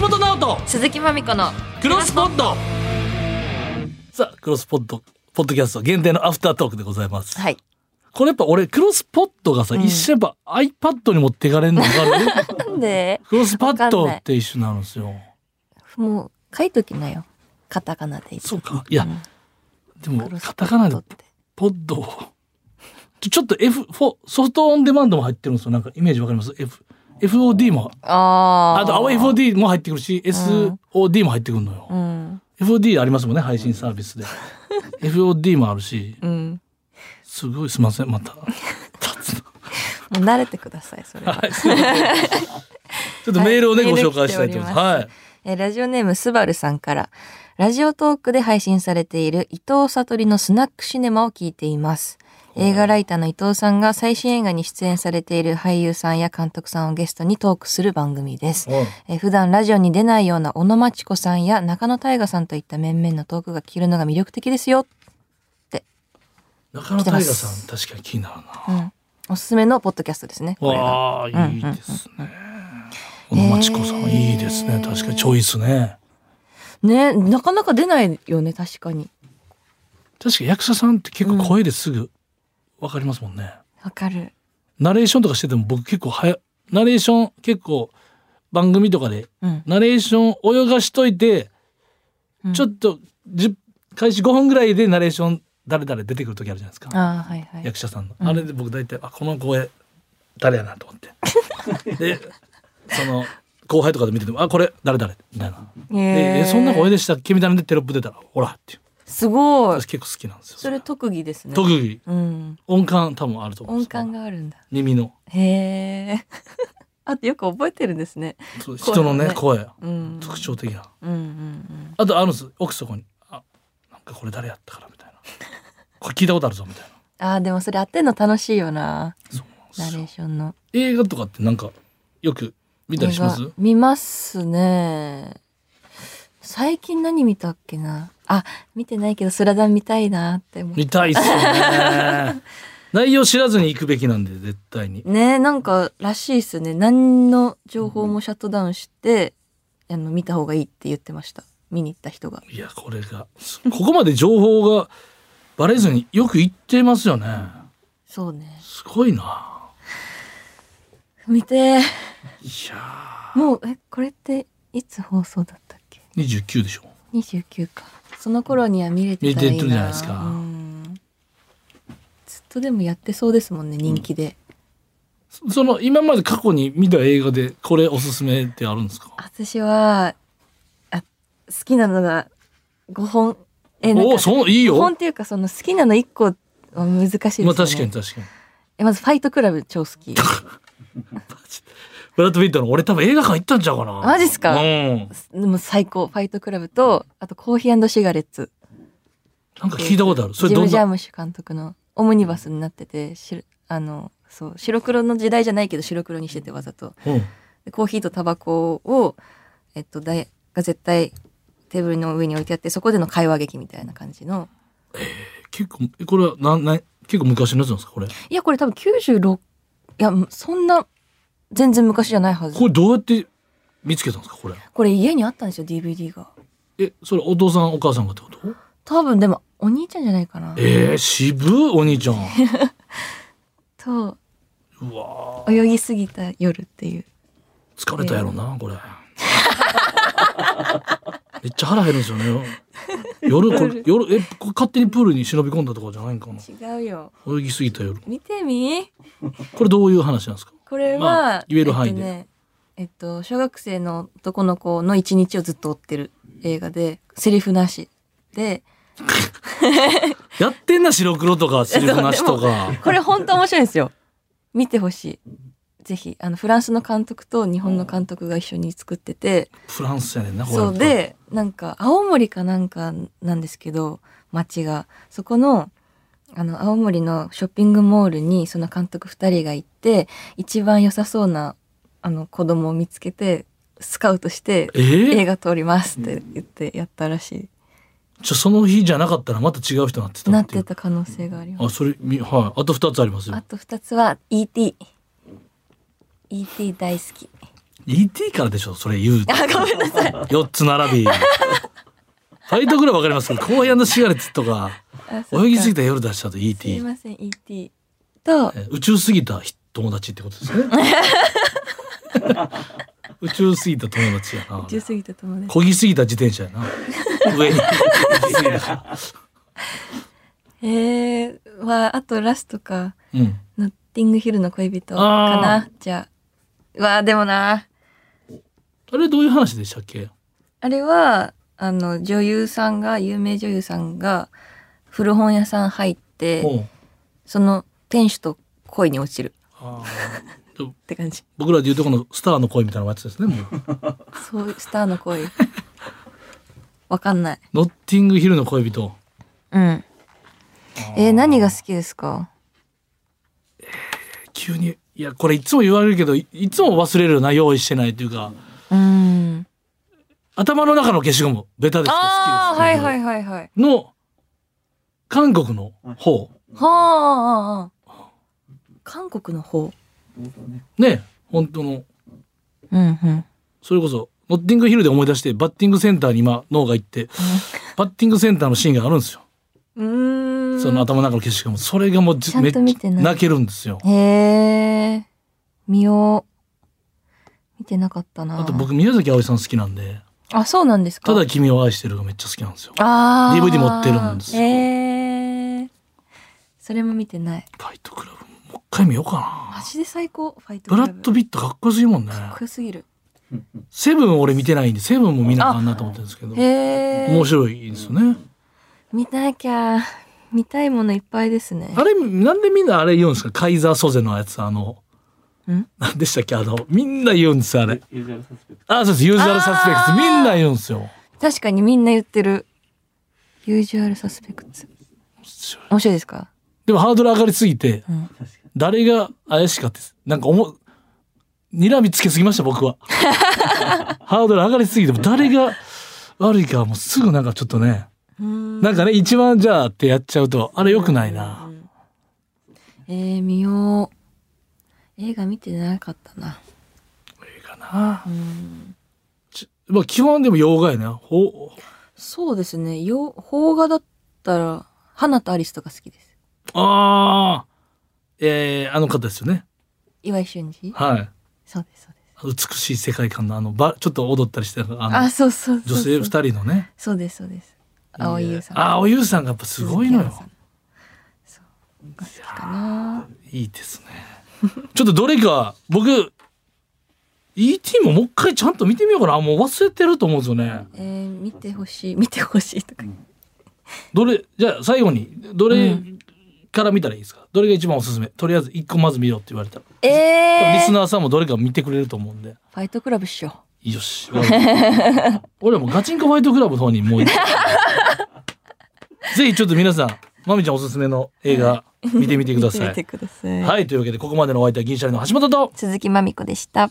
橋本直人鈴木まみこのクロスポッドさあクロスポッドポッドキャスト限定のアフタートークでございます、はいこれやっぱ俺クロスポッドがさ、一瞬やっぱ iPad に持っていかれんの分か るなんでクロスパッドわかんないって一緒なんですよもう書いときなよカタカナでそううかいや、んでもカタカナでてポッドをちょちょっと F フォソフトオンデマンドも入ってるんですよなんかイメージわかります F FOD もあーあと青い FOD も入ってくるし、ん SOD も入ってくるのよ、うん FOD ありますもんね配信サービ スで FOD もあるしうんすごいすいませんまた 立つのもう慣れてくださいそれは、はいすいませんちょっとメールをね、はいご紹介したいと思います。メーはルい。えーラジオネームスバルさんから、ラジオトークで配信されている伊藤悟りのスナックシネマを聞いています。映画ライターの伊藤さんが最新映画に出演されている俳優さんや監督さんをゲストにトークする番組です。はいえー普段ラジオに出ないような小野真知子さんや中野大河さんといった面々のトークが聞けるのが魅力的ですよ。中野大河さ来ん、確かに気になるな。うん。おすすめのポッドキャストですね。これがわあ、いいですね。小野町子さん、えーいいですね。確かに、チョイスね。ね、なかなか出ないよね、確かに。確か役者さんって結構声ですぐわかりますもんね。わかる。ナレーションとかしてても僕結構はや、ナレーション結構番組とかで、うん。ナレーション泳がしといて、うんちょっとじゅ開始5分ぐらいでナレーション誰々出てくる時あるじゃないですか。ああ、はいはい。役者さんの、うんあれで僕大体あこの声誰やなと思ってでその後輩とかで見ててもあこれ誰誰みたいな、えでえそんな声でしたっけみたいなんでテロップ出たらほらっていうすごい私。結構好きなんですよそれ特技ですね。特技うん。音感多分あると思うんで音すよ感があるんだ。耳のへえ。 あとよく覚えてるんですね。そう人のね声うん。特。徴的なうんうんうん。あとあるんです奥底にあなんかこれ誰やったからみたいなこれ聞いたことあるぞみたいなああでもそれ当てんの楽しいよな。そうなんですナよレーションの。映画とかってなんかよく見たりします映画見ますね。最近何見たっけな。あ見てないけどスラダン見たいなって思う。見たいっすよ ね内容知らずに行くべきなんで絶対にねえなんからしいっすね。何の情報もシャットダウンして、あの見た方がいいって言ってました。見に行った人が。いやこれがここまで情報がバレずによく行ってますよねそうね。すごいな見ていー。やもうえこれっていつ放送だったっけー29でしょ29かその頃には見れてたらいい見なれてるじゃないですかうんずっとでもやってそうですもんね人気で、そその今まで過去に見た映画でこれおすすめってあるんですか私はあ好きなのが5本えなんおかおそういい5本よっていうかその好きなの1個は難しいですよね、まあ確かに確かにえまず「ファイトクラブ」超好 きブラッド・ピットの俺多分映画館行ったんちゃうかなマジっすかうんでも最高「ファイトクラブと」あと「コーヒーシガレッツ」なんか聞いたことあるそれジどム・んジャーなムッシュ監督のオムニバスになっててしあのそう白黒の時代じゃないけど白黒にしててわざとうんでコーヒーとタバコを、えっと、だいが絶対テーブルの上に置いてあってそこでの会話劇みたいな感じの結構えこれはなんなん結構昔のやつなんですかこれいやこれ多分96いやそんな全然昔じゃないはずこれどうやって見つけたんですかこれこれ家にあったんですよ DVD がえそれお父さんお母さんがってこと多分でもお兄ちゃんじゃないかなえー、渋っお兄ちゃんとうわー泳ぎすぎた夜っていう疲れたやろなこれ めっちゃ腹減るんですよね夜これ夜えこれ勝手にプールに忍び込んだとかじゃないんかな違うよ泳ぎすぎた夜見てみこれどういう話なんですかこれは、まあ言える範囲でえっとねえっと、小学生の男の子の一日をずっと追ってる映画でセリフなしでやってんな白黒とかセリフなし とかこれ本当面白いんですよ見てほしいぜひあのフランスの監督と日本の監督が一緒に作っててフランスやねんなこれそうでなんか青森かなんかなんですけど町がそこのあの青森のショッピングモールにその監督2人が行って一番良さそうなあの子供を見つけてスカウトしてえ映ー、画撮りますって言ってやったらしちょその日じゃなかったらまた違う人になっていたなっっていてうた可能性がありますあそれみはいあと二つありますよあと2つは ET。ET 大好き。 ET からでしょそれ言うあごめんなさい4つ並びファイトクラブわかりますけど後半のシガレットとかあそっか泳ぎすぎた夜出したとすい ET ません ET とえ宇宙すぎた友達ってこと ですね宇宙すぎた友達やな宇宙すぎた友達漕ぎすぎた自転車やな上 に漕ぎすぎたえー、はあとラストかうんノッティングヒルの恋人かなじゃあわあでもなあれどういう話でしたっけあれはあの女優さんが有名女優さんが古本屋さん入っておうその店主と恋に落ちるあーでって感じ僕らでいうとこのスターの恋みたいなやつですねもう そういうスターの恋わかんないノッティングヒルの恋人うんえー何が好きですか急にいやこれいつも言われるけどいいつも忘れるよな用意してないというかうん頭の中の消しゴムベタですけど好きです、ああはいはいはいはいの韓国の方はあああああ韓国の方ね本当のうんうんそれこそノッティングヒルで思い出してバッティングセンターに今脳が行ってバッティングセンターのシーンがあるんですようーんその頭の中の景色もそれがもうじちゃんと見てない泣けるんですよ。へえ。見よう。見てなかったな。あと僕宮崎あおいさん好きなんであ、そうなんで「すかただ君を愛してる」がめっちゃ好きなんですよ。あー DVD 持ってるんですよへえ。それも見てない。ファイトクラブもう一回見ようかマな。ジで最高。ファイトブクララブ。ッド・ピットかっこよすぎもんね。かっこよすぎる。セブン俺見てないんでセブンも見なあかんなと思ってるんですけどへえ。面白いですよね。見なきゃ。見たいものいっぱいですね。あれなんでみんなあれ言うんですかカイザー・ソゼのやつあのん何でしたっけあのみんな言うんですよあれ。ユーザーサスペクあそうですユーザー・サスペクあツーみんな言うんですよ。確かにみんな言ってる。ユージュアルサスペクツ。面白いですかでもハードル上がりすぎてうん。ト。確か誰が怪しかったです。なんか思う、睨みつけすぎました、僕 は。ハードル上がりすぎて、もう誰が悪いか、もうすぐなんかちょっとね、ななんかね、一番じゃあってやっちゃうと、あれ良くないな。えー、見よう。映画見てなかったな。いいかな。うん。ちまあ、基本でも洋画やな。ほそうですね。よ、邦画だったら、花とアリスとか好きです。ああ、えー、あの方ですよね。岩井俊二はい。そうです、そうです。美しい世界観のあの、ばちょっと踊ったりしてる、あの、あ、そうそうそ女うそう。性二人のね。そうです、そうです。青井優さん。ああ、おゆうさんがやっぱすごいのよ。。そう。が好きかな。いいですね。ちょっとどれか、僕、E.T. ももう一回ちゃんと見てみようかな。もう忘れてると思うんですよね。えー、見てほしい、見てほしいとか。どれ、じゃあ最後に、どうれんから見たらいいですか、どれが一番おすすめとりあえず一個まず見ようって言われたら。リえスー、ナーさんもどれか見てくれると思うんで。ファイトクラブっしょ。よし。わかった俺はもうガチンコファイトクラブの方にもう行 くぜひちょっと皆さん、まみちゃんおすすめの映画見てみてくださ 見てみてい。ください。はい、というわけでここまでのお相手は銀シャリの橋本と鈴木まみこでした。